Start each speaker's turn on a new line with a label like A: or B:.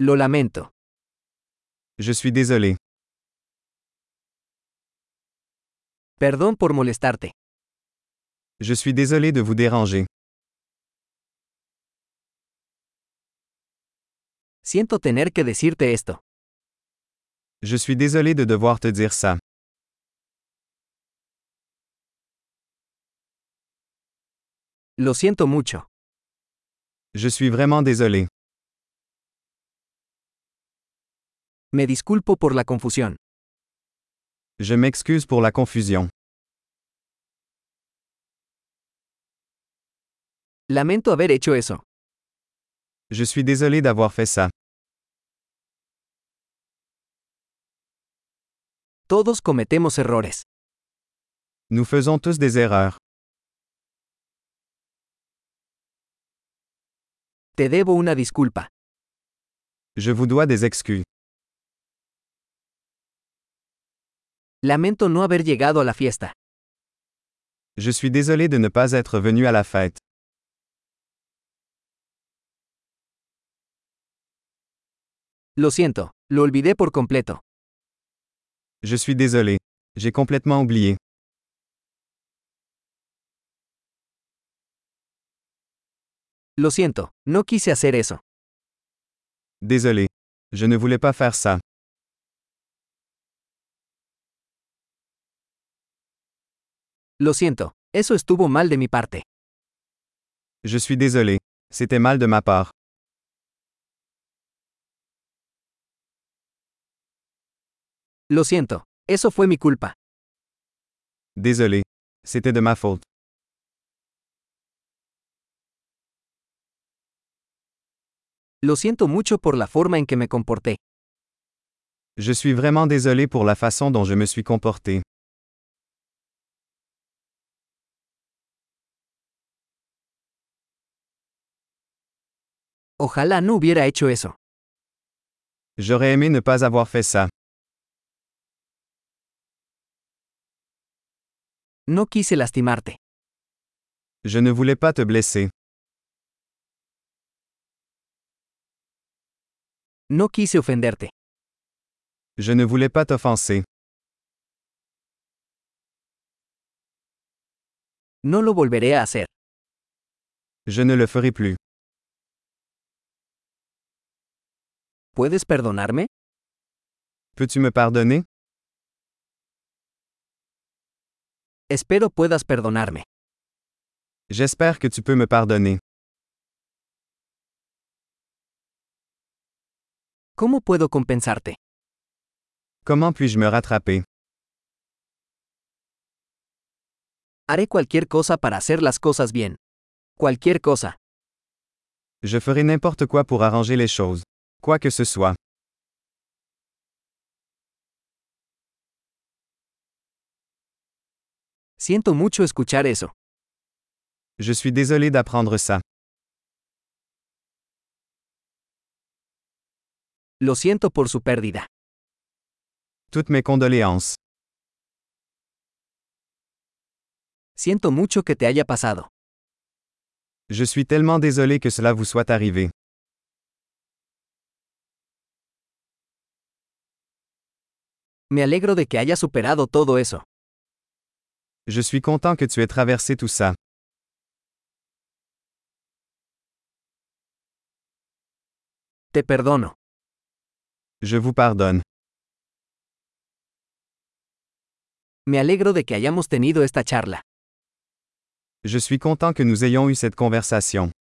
A: Lo lamento.
B: Je suis désolé.
A: Perdón por molestarte.
B: Je suis désolé de vous déranger.
A: Siento tener que decirte esto.
B: Je suis désolé de devoir te dire ça.
A: Lo siento mucho.
B: Je suis vraiment désolé.
A: Me disculpo por la confusión.
B: Je m'excuse pour la confusion.
A: Lamento haber hecho eso.
B: Je suis désolé d'avoir fait ça.
A: Todos cometemos errores.
B: Nous faisons tous des erreurs.
A: Te debo una disculpa.
B: Je vous dois des excuses.
A: Lamento no haber llegado a la fiesta.
B: Je suis désolé de ne pas être venu à la fête.
A: Lo siento, lo olvidé por completo.
B: Je suis désolé. J'ai complètement oublié.
A: Lo siento, no quise hacer eso.
B: Désolé. Je ne voulais pas faire ça.
A: Lo siento, eso estuvo mal de mi parte.
B: Je suis désolé. C'était mal de ma part.
A: Lo siento, eso fue mi culpa.
B: Désolé. C'était de ma faute.
A: Lo siento mucho por la forma en que me comporté.
B: Je suis vraiment désolé pour la façon dont je me suis comporté.
A: Ojalá no hubiera hecho eso.
B: J'aurais aimé ne pas avoir fait ça.
A: No quise lastimarte.
B: Je ne voulais pas te blesser.
A: No quise ofenderte.
B: Je ne voulais pas t'offenser.
A: No lo volveré a hacer.
B: Je ne le ferai plus.
A: ¿Puedes perdonarme?
B: Peux-tu me pardonner?
A: Espero puedas perdonarme.
B: J'espère que tu peux me pardonner.
A: ¿Cómo puedo compensarte?
B: Comment puis-je me rattraper?
A: Haré cualquier cosa para hacer las cosas bien. Cualquier cosa.
B: Je ferai n'importe quoi pour arranger les choses. Quoi que ce soit.
A: Siento mucho escuchar eso.
B: Je suis désolé d'apprendre ça.
A: Lo siento por su pérdida.
B: Toutes mes condoléances.
A: Siento mucho que te haya pasado.
B: Je suis tellement désolé que cela vous soit arrivé.
A: Me alegro de que hayas superado todo eso.
B: Je suis content que tu aies traversé tout ça.
A: Te perdono.
B: Je vous pardonne.
A: Me alegro de que hayamos tenido esta charla.
B: Je suis content que nous ayons eu cette conversation.